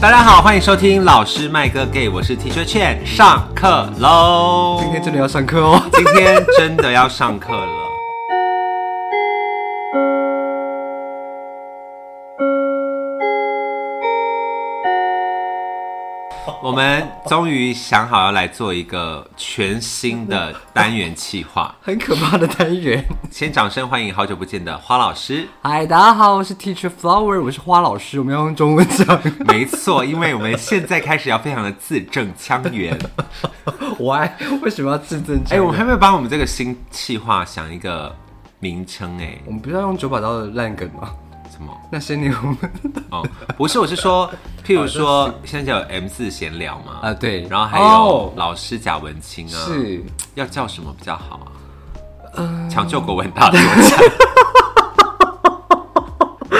大家好，欢迎收听老师麦哥给，我是 Teacher Chen，上课喽！今天真的要上课哦。今天真的要上课了。我们终于想好要来做一个全新的单元企划。很可怕的单元。先掌声欢迎好久不见的花老 师。嗨，大家好，我是 Teacher Flower，我是花老师，我们要用中文讲。没错，因为我们现在开始要非常的字正腔圆。 Why？为什么要字正哎、腔圆？我们还没有帮我们这个新企划想一个名称哎、我们不是要用九把刀的烂梗吗？什么？那些年我们哦，不是，我是说，譬如说，现在有 M 四闲聊嘛， 哦啊对然后还有哦老师贾文清啊，是呃要叫什么比较好啊？抢救国文大作战，好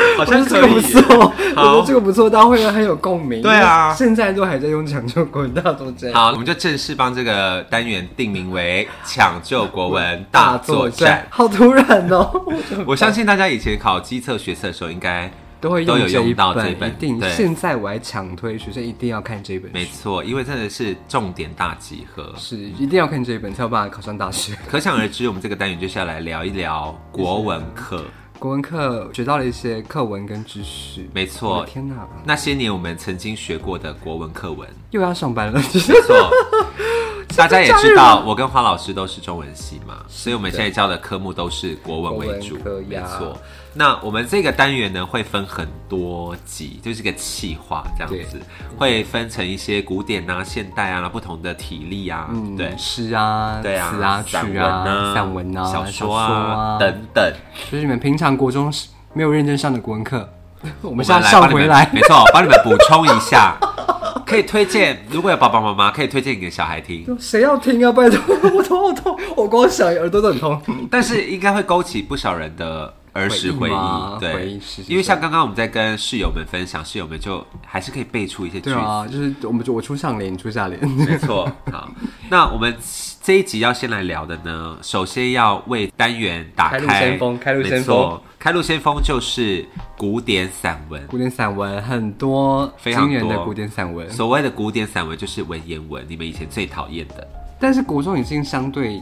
我觉像得这可个不以错，耶。 我觉得这个不错，大家会很有共鸣。对啊现在都还在用抢救滚大作 战。好，我们就正式帮这个单元定名为“抢救国 文大作战好突然哦！我怎”。么我相信大家以前考机测、学测的时候，应该 都会都有用这用一到这本，本一定。对现在我还强推学生一定要看这本没书，错，因为真的是重点大集合。是一定要看这本才有办法考上大学。可想而知，我们这个单元就是要来聊一聊国文课。国文课学到了一些课文跟知识，没我错的，天哪，那些年我们曾经学过的国文课文。又要上班了，就是没错，大家也知道，我跟花老师都是中文系嘛，所以我们现在教的科目都是国文为主国文。科没呀错，那我们这个单元呢会分很多集，就是个企划这样子，会分成一些古典啊、现代啊、不同的体例啊， 嗯对。诗啊、对啊，词啊、曲散文啊、啊、散文啊、小说说啊等等，就是你们平常国中是没有认真上的国 文课，我我们们是要来帮上你回们来。没错，帮你们补充一下。 可以推荐，如果有爸爸妈妈，可以推荐给小孩听，谁要听啊？拜托，我头好痛，我光想耳朵都很痛。但是应该会勾起不少人的儿时回回忆吗忆。对，回忆是是因为像刚刚我们在跟室友们分享，室友们就还是可以背出一些句 对子。啊，就是我们就我出上联，你出下 联。没错，好，那我们这一集要先来聊的呢，首先要为单元打开开路先锋开路先锋没错，开路先锋就是古典散文，古典散文很多，非常多惊人的古典散文，所谓的古典散文就是文言文，你们以前最讨厌的。但是国中已经相对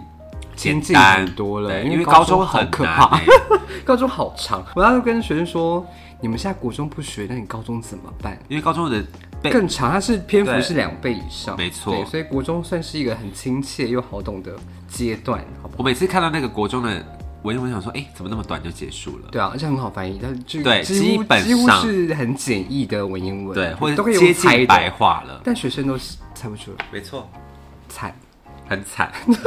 简亲近单很多了，对因因为高高中好很可难怕 欸。高中好长，我那时候跟学生说，你们现在国中不学，那你高中怎么办？因为高中的背更长，它是篇幅对是两倍以上，没错对所以国中算是一个很亲切又好懂的阶段，好不好？我每次看到那个国中的文言文，想说，哎、怎么那么短就结束了？对啊，而且很好翻译，但是就对几基乎本几乎上是很简易的文言文，对，或都者可以接用猜近白的，话了，但学生都是猜不出来，没错，惨。很惨。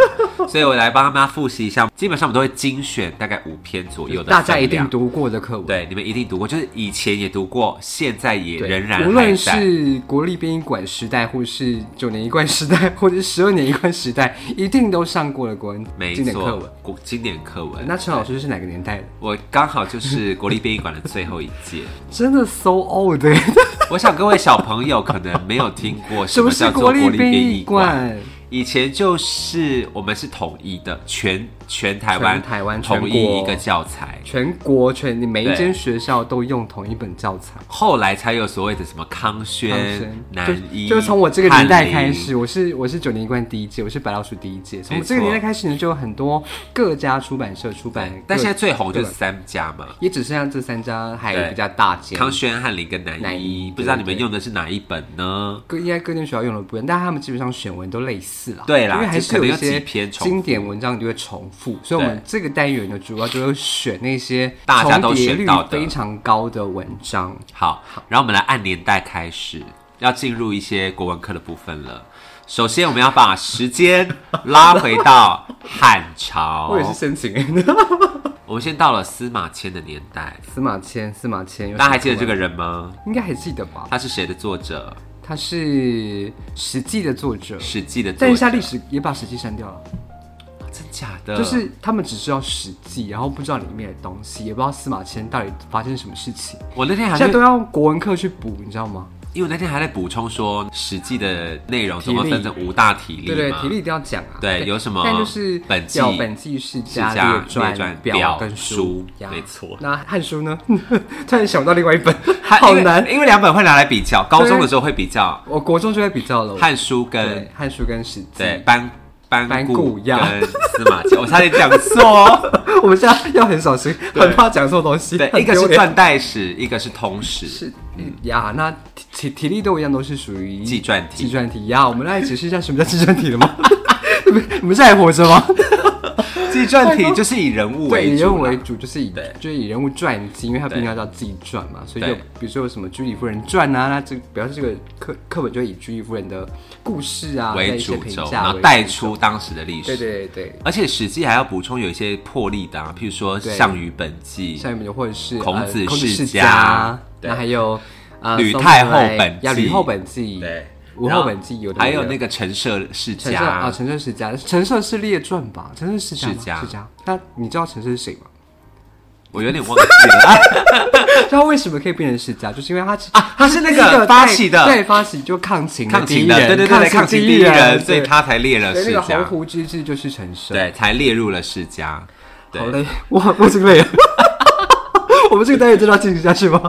所以我来帮他们复习一下，基本上我们都会精选大概五篇左右的，大家一定。读过的课文，对，你们一定读过，就是以前也读过，现在也对，仍然无还论在。是国立殡仪馆时代，或是九年一贯时代，或者是十二年一贯时代，一定都上过了国文没经典课错文。，古经典课文。那陈老师是哪个年代的？我刚好就是国立殡仪馆的最后一届。真的 so old，欸 我想各位小朋友可能没有听过什什么么叫是做国国立立殡殡仪仪馆。馆？以前就是我们是统一的，全全台湾全台湾统全一国一个教材，全国全你每对一间学校都用同一本教材。后来才有所谓的什么康轩、南一，就就从我这个年代开翰林。始，我是我是九年一贯第一届，我是白老鼠第一届。从没我这个错年代开始呢，就有很多各家出版社出版各，但现在最红就是各三家嘛，也只剩下这三家还对比较大间。康轩、翰林跟南一。南一不知道你对们对用的是哪一本呢？各应该各间学校用的不一样，但他们基本上选文都类似啦。对啦因为还就是可能有一有几些篇重复经典文章就会重复，所以我们这个单元呢，主要就是选那些大家都重叠选率到的非常高的文章。好，然后我们来按年代开始，要进入一些国文课的部分了。首先，我们要把时间拉回到汉朝，我也是申请 我们先到了司马迁的年代，司马迁，司马迁，大家还记得这个？个人吗？应该还记得吧？他是谁的作者？他是《史记》的作者，《史记》的作者。但是他历史也把《史记》删掉了，真假的？就是他们只知道《史记》，然后不知道里面的东西，也不知道司马迁到底发生什么事情。我那天还现在是都要国文课去补，你知道吗？因为那天还在补充说实际的内容怎么分成五大体力对对，嘛体力一定要讲啊。对有什么但就是本纪要本纪是加是加列列传表表跟书呀没错那汉书呢？ 突然想到另外一本，它好因为难。因为两本会拿来比较，高中的时候会比较我国中就会比较了，汉书对跟汉书跟史记。对班班班固固跟样司马迁，我差点讲 错哦。 我们现在要很小心，对很怕讲错东西。对，很一个是丢脸传代史，一个是通史。是呀，那体体体力都一样，都是属于纪传体计算题呀，我们来解释一下什么叫计算题 了吗？ 你们你们现在还活着吗？纪传体就是以人物对，为以人主物啦，为主，就是以对就是以人物传记，因为它毕竟对要叫自己传啊嘛，所以就对比如说有什么居里夫人传啊，那这表示这个课课本就会以居里夫人的故事啊在为一些主评轴，价然后为带主出当时的历对史。对对而且《史记》还要补充有一些破例的、啊，譬如说对《项羽本纪》下面就或者是孔呃子孔子世世家家，对那还有呃吕宋太后代本呀，纪吕后本纪，对，吴然后后本纪有的还有的那个陈涉世陈涉啊，家，陈涉世家，陈涉是列传吧？陈涉世家吗世家世家。那你知道陈涉是谁吗？我有点忘记 了。知道为什么可以变成世家？就是因为他是啊他是那个第一在发起的对，发起就抗秦抗第秦一的，人，对对对，抗秦秦第一人，所以对他才列了对那世个鸿家，鹄之志就是陈涉。，对，才列入了世家。好对，累，我我已经累了。 我们这个单元真的要进行下去吗？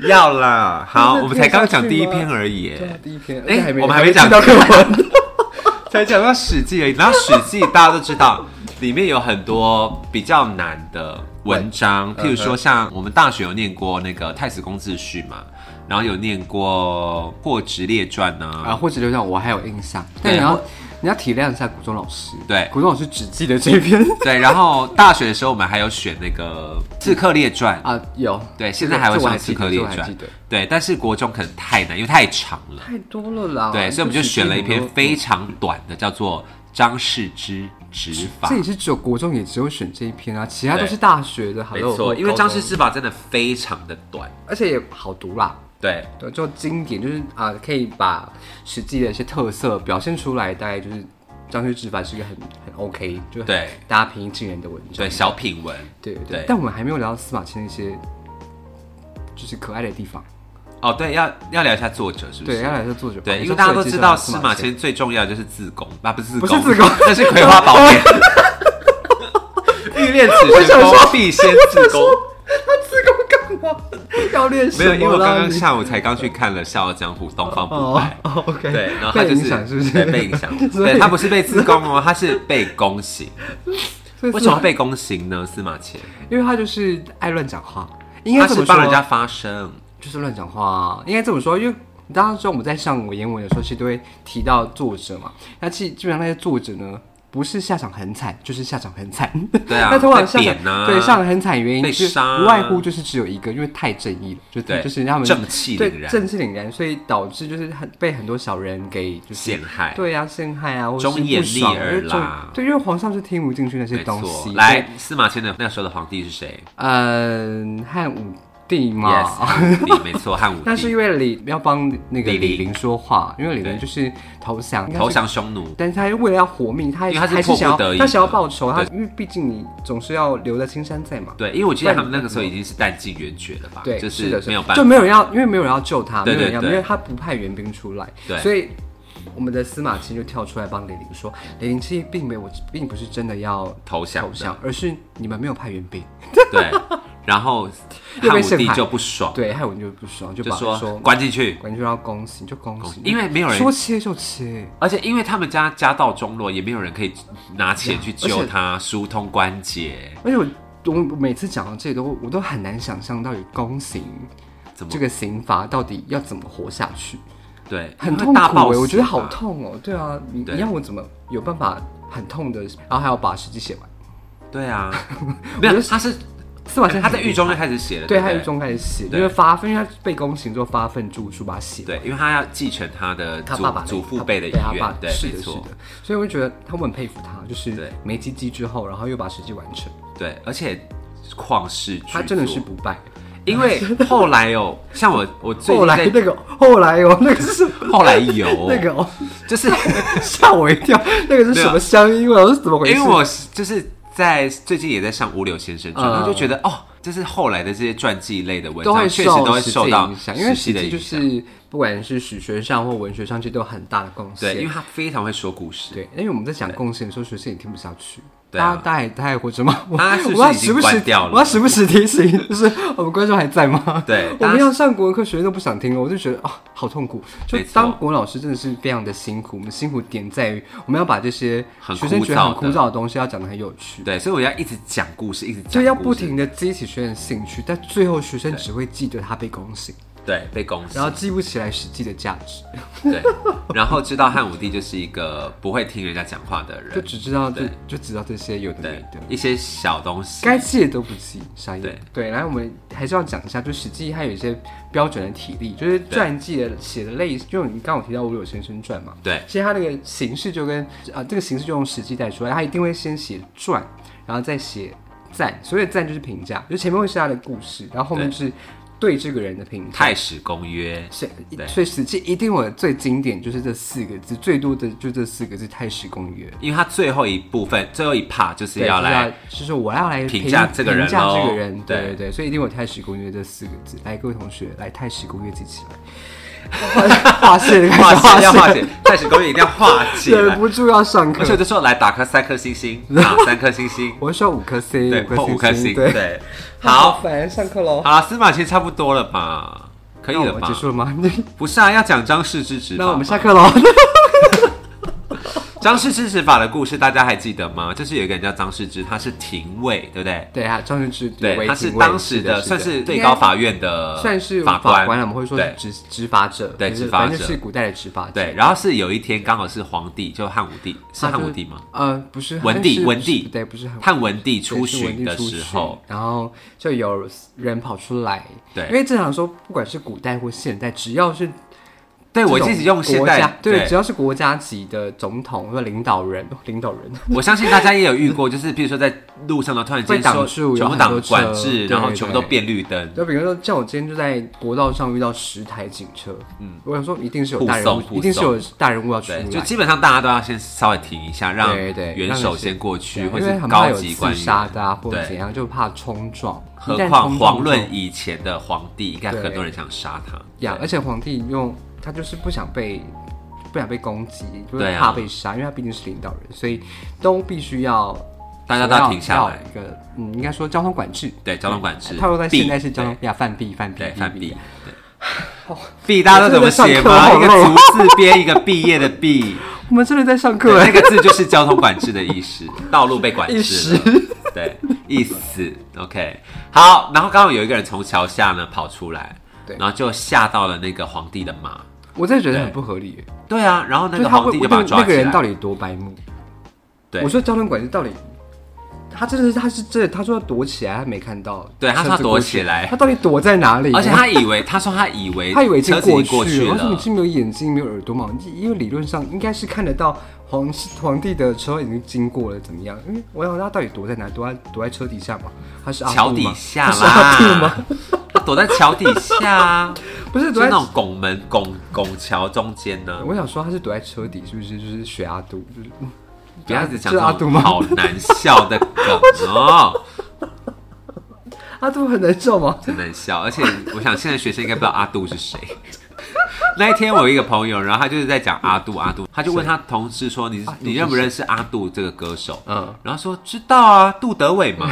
要啦，好，真的我们才刚讲听得下去第一吗篇而已耶，对啊第一篇，哎而且还没我们还没进到课文。 才讲到《史记》而已。然后《史记》大家都知道，里面有很多比较难的文嗯章，譬如说像我们大学有念过那个《太史公自序》嘛，然后有念过《霍职列传》啊，呢。或者就像我还有印象，对但你要或你要体谅一下古中老师，对古中老师只记得这一 篇对，然后大学的时候我们还有选那个《刺客列传》啊，有对，这现个在还会这我上《记刺得客列这我还传记》得。对，但是国中可能太难，因为太长了。太多了啦。对，所以我们就选了一篇非常。常短的，叫做《张氏之执法这》。也是只有国中也只有选这一篇啊，其他都对是大学的。没 hello，错，或因为高《张氏中之法》真的非常的短。而且也好读啦。对，对，就经典就是啊、可以把实际的一些特色表现出来，大概就是张氏之法是一个很很 OK，就对大家平易近人的文章。对，小品文对对对但我们还没有聊到司马迁那些就是可爱的地方。哦，对，要要聊一下作者是不是？对，要来说作者吧，对你因为说大家作都者知介道绍司马迁最重要的就是自宫，啊，不是自不宫，是自宫 那是葵花宝 典。欲练此神功，必先自宫。自宫干嘛？要练什没么有，啦？因为我刚刚你下午才刚去看了《笑傲江湖》东方不败。哦哦，OK，对，然后他被就影是响是不是？对被影响， 所以对他不是被自宫哦，他是被宫 刑。所以为司什么马要被宫刑呢？司马迁因为他就是爱乱讲话，应该他这是么帮人说家发声，就是乱讲话、啊，应该这么说，因为。大家知道我们在上文言文的时候，其实都会提到作者嘛。那基基本上那些作者呢，不是下场很惨，就是下场很惨。对啊 那通常下被场、贬啊对下场很惨的原因，被就是杀啊不外乎就是只有一个，因为太正义了，就对就是他们正气对凛然正气凛然，所以导致就是很被很多小人给就是陷害。对啊陷害啊，或者是忠言不爽逆耳因为忠啦对，因为皇上是听不进去那些没东错西。，来，司马迁的那时候的皇帝是谁嗯，汉武帝嘛。 ？Yes，汉武帝，没错，汉武那是帝因为李要帮那个李李陵陵说话，因为李陵对就是投降，应该是投，降匈奴。但是他为了要活命，他因为他是还是迫不想得要已他想要的报仇，他对因为毕竟你总是要留在青山在嘛，对，因为我记得他们那个时候已经是弹尽援绝了吧？对，就是的，是的没有办就法。没有人要，因为没有人要救他，没对有人要，对因对为他不派援兵出来，对所以我们的司马迁就跳出来帮李陵说，李陵其实并没有，并不是真的要投降的投降，而是你们没有派援兵，对， 然后又汉被武陷帝害就不爽，对，害我就不爽，就哦就把说说关进去。管就要恭喜，就恭喜，因为没有人说切就切。而且因为他们家家道中落，也没有人可以拿钱去啊而救且他，疏通关节，而且我哎我每次讲到这里都，我都很难想象到底宫刑怎么这个刑罚到底要怎么活下去，对，很因为痛苦、大欸暴，死我觉得好吧。痛哦、对啊，你对你让我怎么有办法很痛的，然后还要把实际写完？对 啊，没有，他是司马迁他在很狱中就开始写了，对，不他狱中开始写，对因为发愤，因为他被宫刑之后发愤图书把它写。对，因为他要继承他的他祖爸爸那祖父他辈的遗对他愿爸，对，是没的，是错，的，所以我就觉得他我很佩服他，就对是没积极之后，然后又把实际完成，对，而且旷世巨作，他真的是不败。因 为后来哦，像我我最后近来在那个后来哦， 那个是后来有 那个哦，就是吓我一跳， 那个是什么乡音？我是怎么回因事？为我是就是在最近也在上《五柳先生传》，嗯然后就觉得哦，就是后来的这些传记类的文都章，会确实都会实受际到影响，因为实际实的际就影响。是不管是史学上或文学上，其实都有很大的贡献。对，因为他非常会说故事。对，因为我们在讲贡献的时候，学生也听不下去。对啊大家大家还大家还活着吗？我大家是不是 我要已经时不时关掉了我要时不时提醒，就是我们观众还在吗？对 我大家们是要上国文课，学生都不想听了，我就觉得啊、好痛苦。就没错当国文老师真的是非常的辛苦，我们辛苦点在于我们要把这些很学生觉得很枯枯燥的燥的东西要讲的很有趣，对，所以我要一直讲故事，一直讲故事，就要不停的激起学生的兴趣，但最后学生只会记得他被攻醒，对被攻击 然。后记不起来实际的价值，对，然后知道汉武帝就是一个不会听人家讲话的人，就只知道就就知道这些有的没对的。一些小东西。该记的都不记，傻眼。对对，来我们还是要讲一下，就《史记》它有一些标准的体例，就是传记的写的类，就你刚刚有提到《五柳先生传》嘛，对其实它那个形式就跟呃这个形式就用《史记》带出来，它一定会先写传，然后再写赞，所谓的赞就是评价，就前面会是他的故事，然后后面对是对这个人的评价。太史公约，所以对所以《史记》一定我最经典就是这四个字，最多的就这四个字“太史公约”。因为他最后一部分最后一 part 就是对，要就是来，就是我要来评价这个人评价这咯个人，对对对对，所以一定有“太史公约”这四个字。来，各位同学，来“太史公约”记起来， 画线开化始解要化线，解，太史公约一定要化 解忍来。不住要上而且我课。，就说来打颗三颗星星，打三颗星星我会说五颗 C，对，破五颗星，对，对，好， 反正上课喽。好，司马迁差不多了吧？可以那我了们吧结？束了吗？ 不是啊，要讲张氏之执法那我们下吗课喽。张氏之执法的故事大家还记得吗？就是有一个人叫张世之，他是廷尉，对不对？ 对啊，张志之对，为他是警卫当时的的算是最应该高法院的算是法官，官，我们会说是对执执法者，对就是执法者反正是古代的执法者。对。然后是有一天刚好是皇帝，就汉武帝，是他就汉武帝吗？？呃，不是 文帝是文帝对，不是很汉文帝对出是巡文帝的出时巡候，，然后就有人跑出来。对因为正常说，不管是古代或现代，只要是对这种我自己用现国代家对，只要是国家级的总统或领导人，领导人我相信大家也有遇 过，就是比如说在路上呢，突然会间挡说住全有部很挡多管车制，对然后全部都对变绿灯，就比如说，像我今天就在国道上遇到十台警车，嗯，我想说一定是有护大人送物护，一定是送有大人物要出来对，，就基本上大家都要先稍微停一下，让对对元让首你先过去，对或因为是很怕高有级自官杀员。的啊，或者对怎样，就怕冲撞。何一旦况冲撞遑就论以前的皇帝，应该很多人想杀他。呀，而对且皇帝用他就是不想被不想被攻击，就是对啊怕被杀，因为他毕竟是领导人，所以都必须要大家都要停下来要有一个嗯，应该说交通管制。对交通管制，套用在现代是交对通呀，犯币犯币对，犯弊，啊 对，弊大家都怎么写吗？我一个竹真的在上课好累哦字边一个毕业的毕，我们真的在上课对，那哎，个字就是交通管制的意思，道路被管制意思了，对，意思。OK，好，然后刚好有一个人从桥下呢跑出来，对然后就吓到了那个皇帝的马。我真的觉得很不合理哎，对啊，然后那就是个他皇会帝那就把个他抓那个起人到来。底多白目？对我，说交通管制到底。他真的是，他是真的，他说要躲起来，他没看到。对他说车子躲过起去来他到底躲在哪里？而且他以为，他说他以为，啊他以为已经哎车子已经过过去了，我说你了，是没有眼睛没有耳朵嘛？你因为理论上应该是看得到皇皇帝的车已经经过了，怎么样？因为我想他到底躲在哪？躲在躲在车底下嘛？他是阿桥布底吗下他是阿布啦吗？，他躲在桥底下 啊，不是就躲是那在。种拱门拱拱桥中间呢。我想说他是躲在车底，是不是就是学阿杜？就是嗯不要一直讲是阿这杜种吗？好难笑的梗哦，阿杜很难受吗？ 很难笑。而且我想现在学生应该不知道阿杜是谁。 那一天我有一个朋友，然后他就是在讲阿杜，阿杜，他就问他同事说：“你阿杜你认不认识阿杜这个歌手？”嗯，然后说：“知道啊，杜德伟嘛。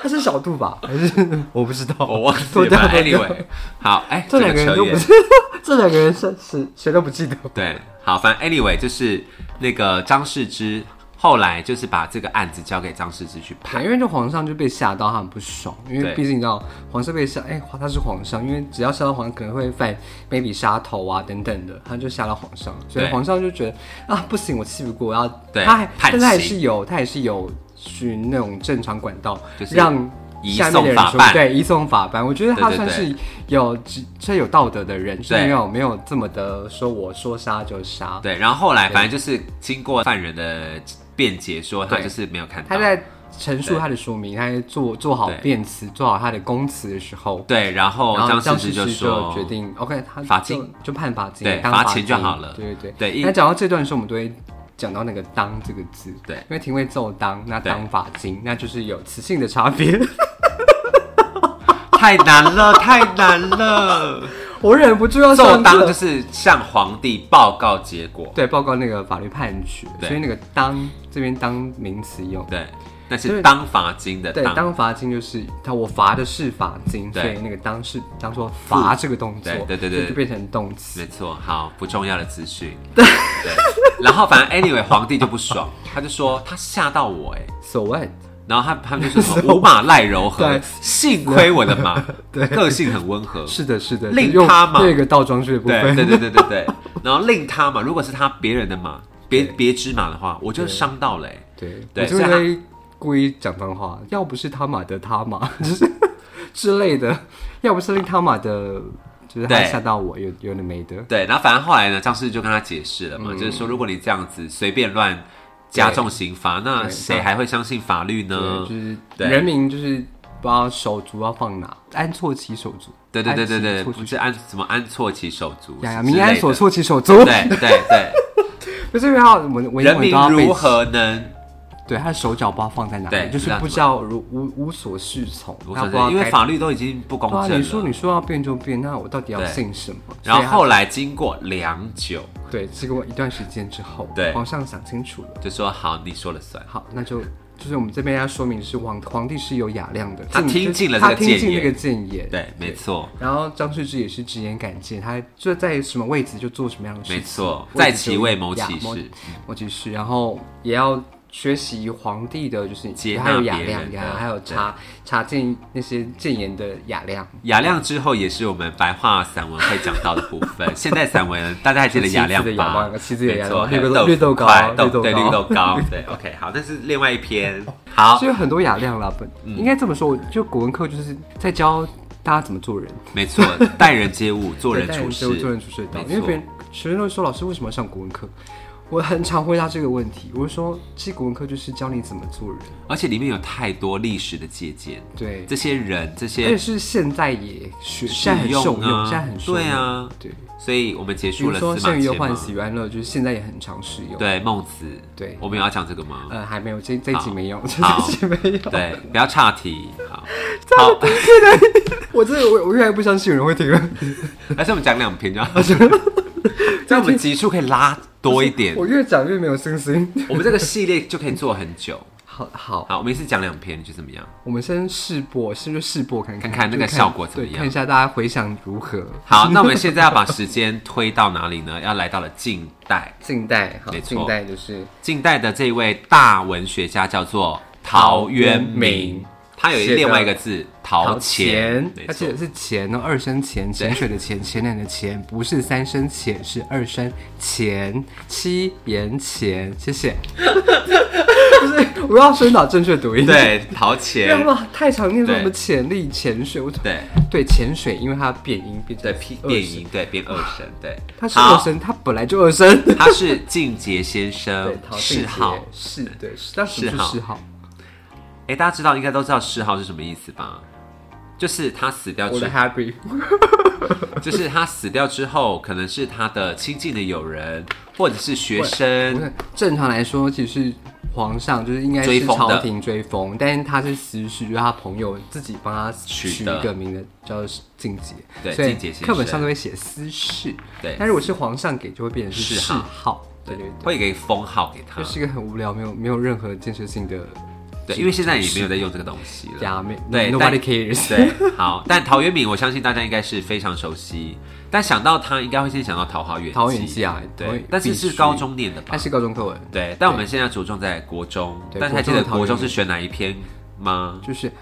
他是小杜吧？还是 我不知道，”我忘 记脱了掉吧脱掉，anyway，好，哎，这两个人扯都不远是， 这两个人是是谁都不记得。对，好，反正 anyway 就是那个张世之后来就是把这个案子交给张世之去判，对，因为就皇上就被吓到，他很不爽，因对为毕竟你知道皇上被吓，哎、他是皇上，因为只要吓到皇上，可能会犯 maybe 杀头啊等等的，他就吓到皇上，所以对皇上就觉得啊不行，我气不过，然后对他还，判但是还刑是有，他还是有循那种正常管道，就是让移下面的送人法出办对，移送法办。我觉得他对对算对是有这有道德的人，是对没有没有这么的说我说杀就杀，对，然后后来反正就是经过犯人的辩解，说他对就是没有看到，他在陈述他的说明，他在做做好对辩词，做好他的公词的时候，对，然后然后哦张张世世之就就说决定，OK，他罚就金就判罚金，对当罚罚钱就好了对对对因那讲到这段的时候，我们都会讲到那个“当”这个字，对因为廷尉奏当，那对当罚金，那就是有词性的差别。 太哎难了，太难了。 我忍不住要纣上当就课。是向皇帝报告结果，对，报告那个法律判决，对所以那个当这边当名词用。对，那就是是当罚金的对，当，当罚金就是他，我罚的是罚金，所对以那个当是当做罚这个动作，对对对对所以就变成动词。没错。好，不重要的资讯。对，然后反正 anyway，皇帝就不爽，他就说他吓到我哎、 So what？然后他他们就说什 么五马赖柔和对，幸亏我的 马个性很温和，是的，是的，令就用他嘛这个倒装句的部对分，对对对对对。然后令他嘛，如果是他别人的马，别别只马的话，我就伤到了、欸。对对我就所以他会故意讲脏话，要不是他妈的他妈， 就是之类的，要不是令他妈的，就是他对吓到我，有有的没的，对，然后反正后来呢，张世就跟他解释了嘛，嗯就是说如果你这样子随便乱加重刑罚，那对谁还会相信法律呢对，就？是嗯对人民就是不知道手足要放哪，安错其手足，对对对对安对，其不手足是安什么安错其手足呀呀，之类民的安所。措其手足， 对对对，不是因为他文文言人文民都要背如何能？对，他的手脚不知道放在哪对里，就是不知道如无无所适从，我他想不知道因为该法律都已经不公对啊，正你说啊了。你说要变就变，那我到底要对信什么？然后后来来经过良久，对，经过一段时间之后，对皇上想清楚了，就说好，你说了算。好，那就就是我们这边要说明是皇皇帝是有雅量的，他进听进了他这个听进谏那言个谏言，对，没错，然后张世之也是直言敢谏，他就在什么位置就做什么样的事情，没错位置在其就位谋其呀谋事谋其事，然后也要学习皇帝的，就是接纳还有雅别人量呀，的还有查查见那些谏言的雅量，雅量之后也是我们白话散文会讲到的部分。现代散文大家还记得雅量是棋子的雅吧量？棋子的雅没错量还有绿豆豆腐绿豆糕块绿豆豆对糕绿豆糕，对，OK，好，那是另外一篇。好嗯是，有很多雅量啦，不、应该这么说，就古文课就是在教大家怎么做人。没错，待人接物，做人对待处做做人事，处事的道理。没因为错别人学生都会说老师为什么要上古文课，我很常回答这个问题，我就说其实古文课就是教你怎么做人，而且里面有太多历史的借鉴。对，这些人，这而且些，是现在也学，适现在很用受用，啊现在很受用，对啊对。所以我们结比束如了说“司马生于忧迁患，嘛死。于安乐”，就是现在也很常使用。，对，孟子。对我们有要讲这个吗？呃，还没有，这这一集好没有，这好一集没有。对，不要岔题。好，好， 我真的，我我越来越不相信有人会听了。还是我们讲两篇就 好，这样我们集数可以拉多一点。我越讲越没有信心。我们这个系列就可以做很久。好好，好，我们一次讲两篇，你觉得怎么样？我们先试播，先就试播看看，看看那个就效果怎么对样看一下大家回想如何。好，那我们现在要把时间推到哪里呢？要来到了近代。近代，好，没错近代就是近代的这位大文学家叫做陶渊明，他有写的另外一个字“陶潜”，没而错且。是钱哦，二声钱，潜水的钱，前两的钱，不是三声钱，是二声钱，七言钱，谢谢。就是我要宣导正确读音，，对，陶不 要潜，吧，太常念说对什么潜力、潜水，我对对潜水，因为它变音变成对，变二变声，音，对，变二声，对。它是二声，它本来就二声。好，他是静杰先对生，，陶谥静号杰。是，对，是，但什谥么是号谥号？哎，大家知道，应该都知道谥号是什么意思吧？就是他死掉我之的 happy，就是他死掉之后，可能是他的亲近的友人，或者是学不生，是正常来说，其实是皇上就是应该追是封的朝廷追封，但是他是私事，就是他朋友自己帮他取取的一个名字叫静节，对所以静节先生课本上都会写私事，对但如果是皇上给，就会变成是谥谥号号，对对对，会给封号给他就。是一个很无聊，没有没有任何建设性的对，因为现在也没有在用这个东西了。呀，没对但，nobody cares，对，好，但陶渊明，我相信大家应该是非常熟悉，但想到他，应该会先想到《桃花源记》。桃园记啊桃对园，但是是必须高中念的吧它？是高中课文，对，但我们现在着重在国中，对但是还记得国中的桃国中源是选哪一篇吗？就是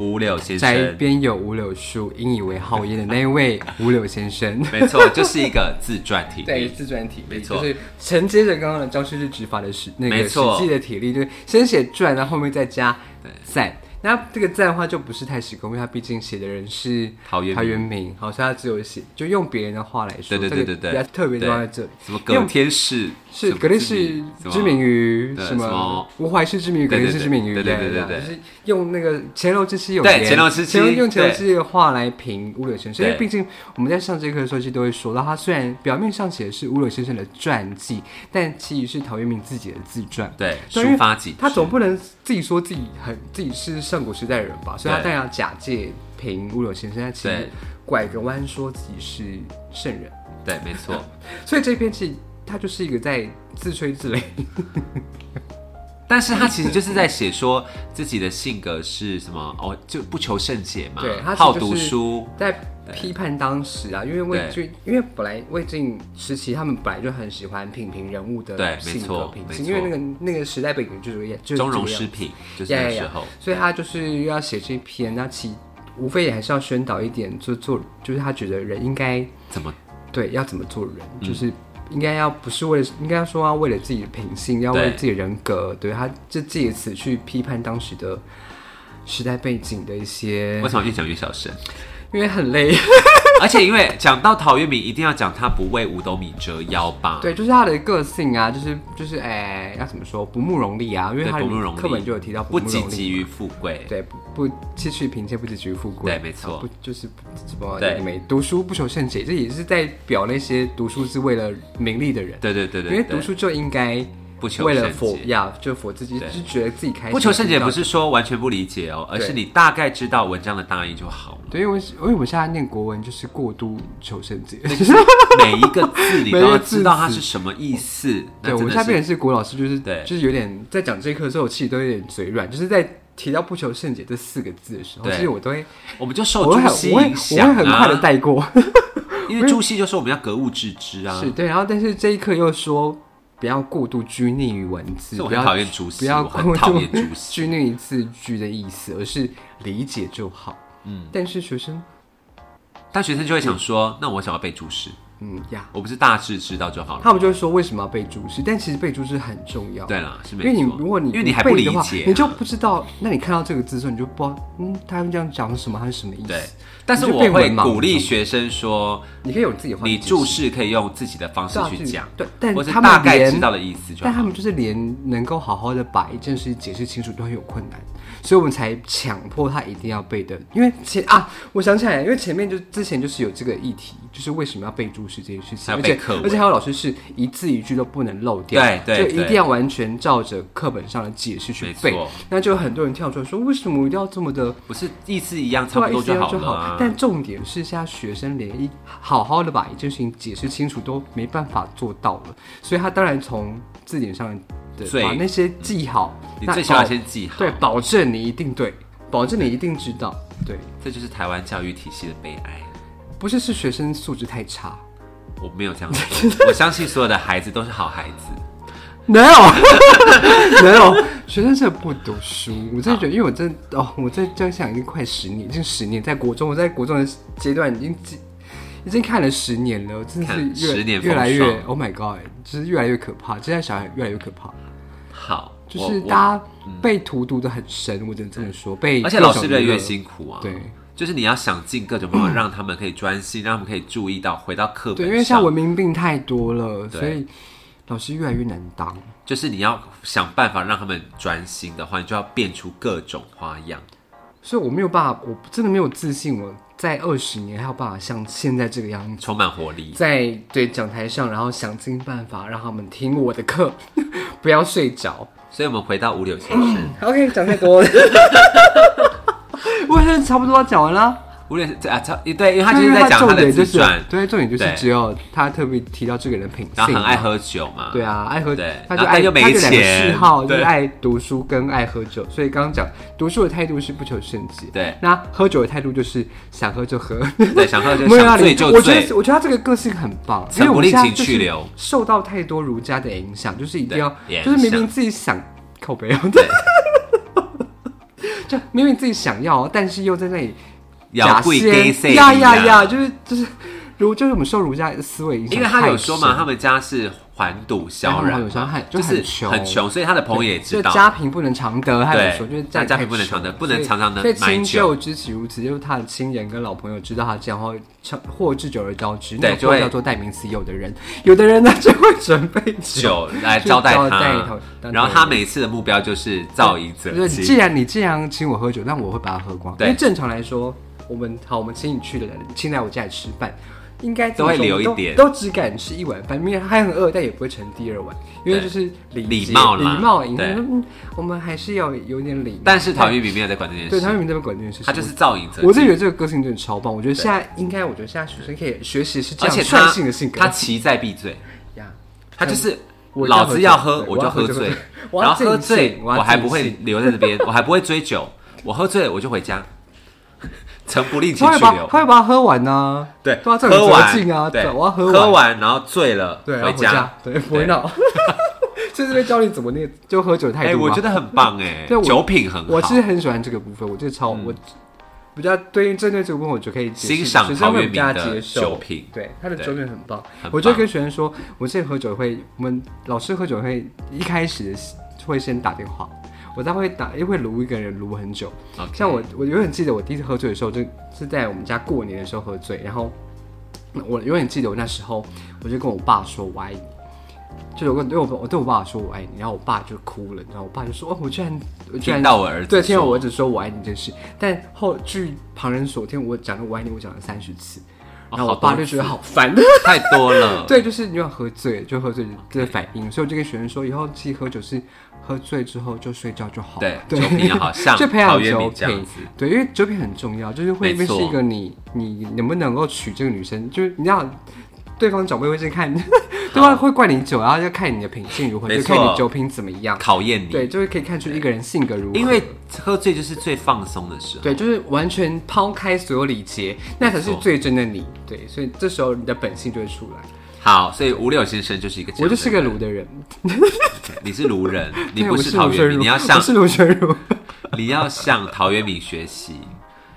五柳先宅生，边有五柳树，引以为豪言的那一位五柳先生。没错，就是一个自传体。对，自传体力，没错就是承接着刚刚的张世志执法的史那没个史错记的体力，就是先写传，然后后面再加赞。那这个赞的话就不是太实工，因为他毕竟写的人是陶渊明陶渊明，好像他只有写就用别人的话来对说，对对这个对对比较特别的地方在这里。什么因为葛天氏？是什么格力知士名知名于对什什么么？吴怀氏知名于格对对力士对知名于对对对对对就是用那个乾隆之妻有对言乾隆之妻乾隆用乾隆对之妻的话来评乌柳先生，因对为毕竟我们在上这课的时候，其实都会说到，他虽然表面上写的是乌柳先生的传记，但其实是陶渊明自己的自传。对，对因为抒发几他致总不能自己说自己很自己是上古时代人吧，所以他对当然要假借评乌有先生，他其实对拐个弯说自己是圣人，对，没错，所以这篇其实他就是一个在自吹自擂。 但是他其实就是在写说自己的性格是什么哦，就不求甚解嘛，对，他好其实就读是书，在批判当时啊，因为魏对俊，因为本来魏晋时期他们本来就很喜欢品评人物对的没性格错品没性，因为错那个那个时代背景就是也就是中这庸个样失子品，就是呀那呀个时呀候，！所以他就是又要写这篇，那其无非也还是要宣导一点，就做就是他觉得人应该怎么对要怎么做人，嗯就是应该要不是为了应该要说要为了自己的品性，要为了对自己的人格，对他就借此去批判当时的时代背景的一些为，什么越讲越小声？因为很 累，而且因为讲到陶渊明，一定要讲他不为五斗米折腰吧？对，就是他的个性啊，就是就是哎、要怎么说不慕荣利啊，因为对，他不慕的容课本就有提到不慕积荣利极于富贵，对，不不弃取贫贱，不自取于富贵。对没错啊不就是不什么对你们读书不求甚解，这也是在表那些读书是为了名利的人。对对对对，因为对读书就应该不求为了甚佛解呀，就佛自己，就对是觉得自己开心。不求甚解不知道。是说完全不理解哦，而对是你大概知道文章的大意就好了。对，因为我是因为我现在念国文就是过度求甚解。 每一个字你都每一 要个字知道它是什么意思。那对，我真们的现在是变成是国老师，就是对就是有点在讲这一课的时候，我其实都有点嘴软，就是在提到不求甚解这四个字的时候，对其实我都会，我们就受我会朱很熹我会影我会响很快的啊，带过。 因为朱熹就说我们要格物致知啊。是对，然后但是这一刻又说不要过度拘泥于文所字，以我不很要讨厌朱熹不要我很过讨度厌朱熹 拘泥于字句的意思，而是理解就好。嗯，但是学生，但学生就会想说，那我想要背注释，嗯呀，我不是大致知道就好了。他们就会说为什么要背注释？但其实背注释很重要。对。啦，是因没为你错。如果你因为你还不不背理的话，解啊，你就不知道。那你看到这个字之后，你就不知道，嗯，他们这样讲是什么，它是什么意思对？。但是你就我变会文盲鼓励了学生说，你可以有自己的话你解注释释可以用自己的方式对啊去是讲，对但或是他们大概连知道的意思就但他好。们就是连能够好好的把一件事解释清楚都很有困难，所以我们才强迫他一定要背的。因为前啊，我想起来了，因为前面就之前就是有这个议题，就是为什么要背注释这件事情，还要而背且课文而且还有老师是一字一句都不能漏掉，对对就一定对要完全照着课本上的解释去没背错。那就有很多人跳出来说，为什么我一定要这么的？不是意思一样，差对啊不一多直就要好就了啊。但重点是，现在学生连一好好的把一件事情解释清楚都没办法做到了，所以他当然从字典上的最把那些记好，嗯你那最起码保先记好对，保证你一定对，保证你一定知道，对，这就是台湾教育体系的悲哀。不是是学生素质太差，我没有 这样说，我相信所有的孩子都是好孩子。没 有，没有，学生真的不读书。我真的觉啊得，因为我真的哦，我在这样想已经快十年，已经十年，在国中，我在国中的阶段已经记已经看了十年了，真的看是越十年越来风越霜，Oh my God，就是越来越可怕。现在小孩越来越可怕，好，就是我我大家被荼毒的很深，我只能这么说。被嗯而且老师各种越来娱乐越辛苦啊。对，就是你要想尽各种办法让他们可以专心，让他们可以注意到回到课本对，因为现在上。文明病太多了，对所以老师越来越难当。就是你要想办法让他们专心的话，你就要变出各种花样。所以我没有办法，我真的没有自信，我在二十年还有办法像现在这个样子。充满活力。在对讲台上，然后想尽办法让他们听我的课， 不要睡着。所以我们回到五柳先生， OK，讲太多了， 我现在差不多要讲完了。五柳对啊，他对，因为他就是在讲因为他重的点自就是传，对，重点就是对只有他特别提到这个人品性，然后很爱，喝酒嘛。对啊，爱喝，对他然就后爱他又没他就两个钱嗜好就是对爱读书跟爱喝酒，所以刚刚讲读书的态度是不求甚解，对那喝酒的态度就是想喝就喝，对，想喝就没有让想醉你就我觉醉得，我觉得他这个个性很棒，曾因为我不们吝现在情就是去留受到太多儒家的影响，就是一定要，对就是明影明响自己想靠背哦，对， 就明明自己想要，哦但是又在那里摇贵给谁呀呀呀，！就是就是儒，就是我们受儒家的思维影响，因为他有说嘛，，他们家是环赌小对他染们环赌嘛，小染就就很是穷很穷，所以他的朋友也就知道。家贫不能常德，他有对说就是但家太贫不能常德穷了不能所以常常地所以买亲酒旧知其如此，就是他的亲人跟老朋友知道他这样，然后常或置酒而交之，那对种就或会叫做代名词。有的人， 有的人呢就会准备酒，酒来去招待招待他他当，然后他每次的目标就是造一则就是既吉。然你既然请我喝酒，那我会把它喝光。因对为正常来说，我们好，我们请你去的人，请来我家里吃饭。应该都会留一都点都只敢吃一碗饭，因为还很饿，但也不会盛第二碗，因为对就是礼礼节貌礼啦貌赢。对嗯，我们还是要有点礼貌。但是陶玉明没有在管这件对他事，们这边管这件事情，他就是造影者。我真的觉得这个个性真的超棒，我觉得现在应该，我觉得现在学生可以学习是这而样且率他性的性格他其在必醉，呀。他就是我老子要喝对我就喝我要醉喝就喝，我要然后喝尽醉兴 我要我还不尽会兴留在这边，我还不会追酒，我喝醉我就回家， 曾不 吝情他会去把留。他会把它喝完呢，对，对啊，这喝种完捷径啊，对，我要喝喝完，完然后醉了对，然后回回家，对，不会闹。 所以这边教你怎么那个就喝酒的态哎，度我嘛觉得很棒哎 对，我酒品很好。嗯我其实很喜欢这个部分，我觉得超我比较对于针对这个部分，我就可以解释欣赏学生陶会渊比较明的接受酒品对他的对酒品很棒。很我就棒跟学生说，我这喝酒会，我们老师喝酒会一开始会先打电话，我大概会打，因为会撸一个人撸很久。 OK 像我，我永远记得我第一次喝醉的时候，就是在我们家过年的时候喝醉，然后我永远记得我那时候，我就跟我爸说我爱你。就是我跟对我我对我爸说我爱你，然后我爸就哭了，然后我爸就说哦，我居然我居然听到我儿子对，听到说我儿子说我爱你这件事，但后据旁人所听，我讲了我爱你，我讲了三十次，哦然后我好多爸就觉得好烦。 太多了。对，就是你有喝醉，就喝醉这个反应，所以我就跟学生说，以后自己喝酒是喝醉之后就睡觉就好，对酒品要好像 就培陶养渊酒明这样品子，对，因为酒品很重要，就是会没不会是错一个你你能不能够娶这个女生，就是你知道。对方长辈会先看， 对方会灌你酒，然后就看你的品性如何，没就看错你酒品怎么样。考验你，对，就会可以看出一个人性格如何。因为喝醉就是最放松的时候。对，就是完全抛开所有礼节，那才是最真的你。对，所以这时候你的本性就会出来。好，所以五柳先生就是一个这样的我人，就是个卤的人，你是卢 人，你对不我是是陶卢渊生明，如，你要我向是卢生如。 你要向陶渊明学习。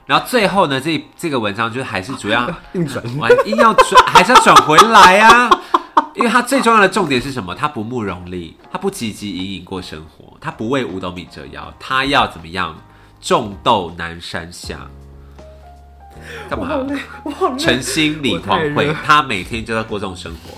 然后最后呢，这这个文章就是还是主要 硬转我还硬要转，还是要转回来啊， 因为他最重要的重点是什么？他不慕荣利，他不汲汲营营过生活，他不为五斗米折腰，他要怎么样？种豆南山下，干 嘛？诚心理我太黄热慧，他每天就在过这种生活，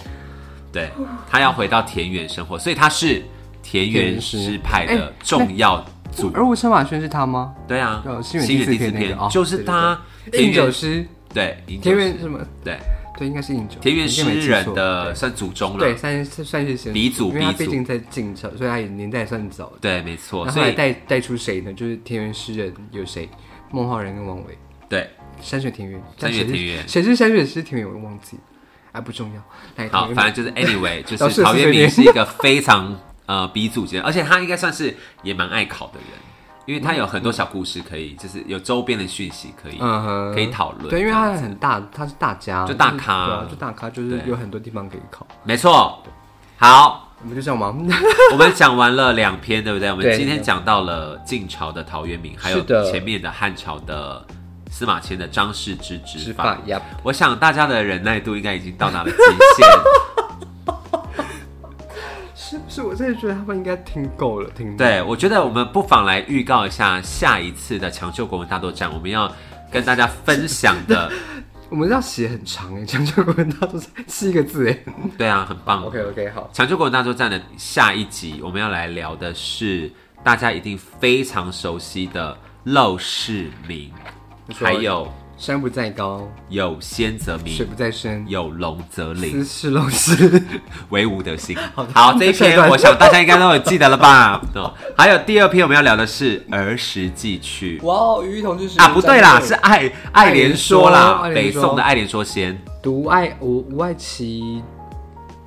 对他要回到田园生活，所以他是田园田诗诗派哎的重要组而吴生马轩是他吗？对啊哦，新新元第元第四四篇那篇个哦就是他饮田酒园诗，对饮酒田园诗什么？对对，应该是饮酒。田园应该没诗记人错的算祖宗对，了，算是算是先鼻祖因为他鼻祖毕竟在晋朝，所以他也年代也算早。对，没错，然后所还以带带出谁呢？就是田园诗人有谁？孟浩然跟王维。对山水田园，山水田园谁是山水是田园？我忘记，哎，不重要。来，好田，园反 正就是 anyway，就老是师陶渊明随便是一个非常呃鼻祖级的，而且他应该算是也蛮爱考的人，因为他有很多小故事可以，就是有周边的讯息可以嗯哼可以讨论，对，因为这他样子很大，他是大家，就大咖对啊就大咖，就是对有很多地方可以考。没错，好。我们就这 样吗？我们讲完了两篇，对不对？我们对今天讲到了晋朝的陶渊明，还有是的前面的汉朝的司马迁的张氏之执执法法。呀，我想大家的忍耐度应该已经到达了极限。是不是？我真的觉得他们应该听够了，听对，我觉得我们不妨来预告一下下一次的抢救国文大作战，我们要跟大家分享 的。我们要写很长哎， 讲这个文大都是七个字哎。对啊，很棒。 OK OK，好，抢救国文大作战的下一集，我们要来聊的是大家一定非常熟悉的陋室铭，没错还有山不在高，有仙则名，水不在深，有龙则灵斯，是陋室。唯吾德馨。好的好，这一下一篇段我想大家应该都有记得了吧？哦，还有第二篇我们要聊的是《儿时寄去》哇哦，与同志啊，不对啦，是爱爱莲说啦，爱北莲说宋的爱莲说先。独爱无无爱其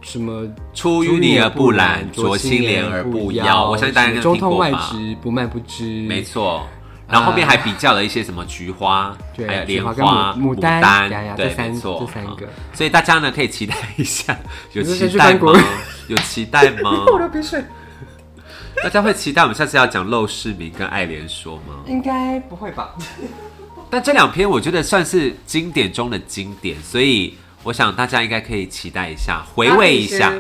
什么？出淤泥而不染，濯清涟而不妖。我相信大家应该中听通过外吧？直，不卖不知。没，错。然后后面还比较了一些什么菊花，啊对还有菊莲花花、跟牡牡丹呀呀对，这三没错，这三个嗯所以大家呢可以期待一下，有你是先期去待翻吗滚？ 有期待吗？我流鼻水，大家会期待我们下次要讲陋室铭跟爱莲说吗？应该不会吧？但这两篇我觉得算是经典中的经典，所以我想大家应该可以期待一下，回味一下，。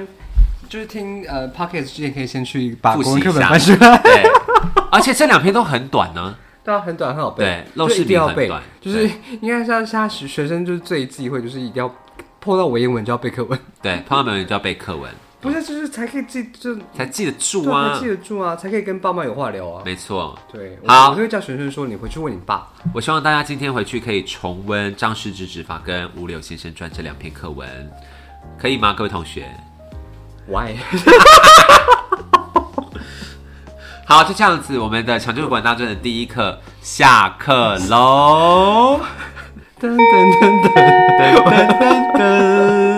就是听呃 p o c k e t 之前可以先去把复国习文一课本下。翻出来，对， 而且这两篇都很短呢、对啊，很短很好背，对陋就室一定要铭很背短，就是应该像像学学生就是最忌讳就是一定要碰到文言文就要背课文，对，朋友们就要背课文。不是就是才可以记就对才记得住啊，啊才记。得住啊，才可以跟爸妈有话聊啊。没错，对，我好我就会叫璇璇说，你回去问你爸。我希望大家今天回去可以重温张世之执法跟吴柳先生传这两篇课文，可以吗，各位同学？ Why？好，就这样子，我们的抢救管大专的第一课下课喽！噔噔噔噔。噔噔噔噔。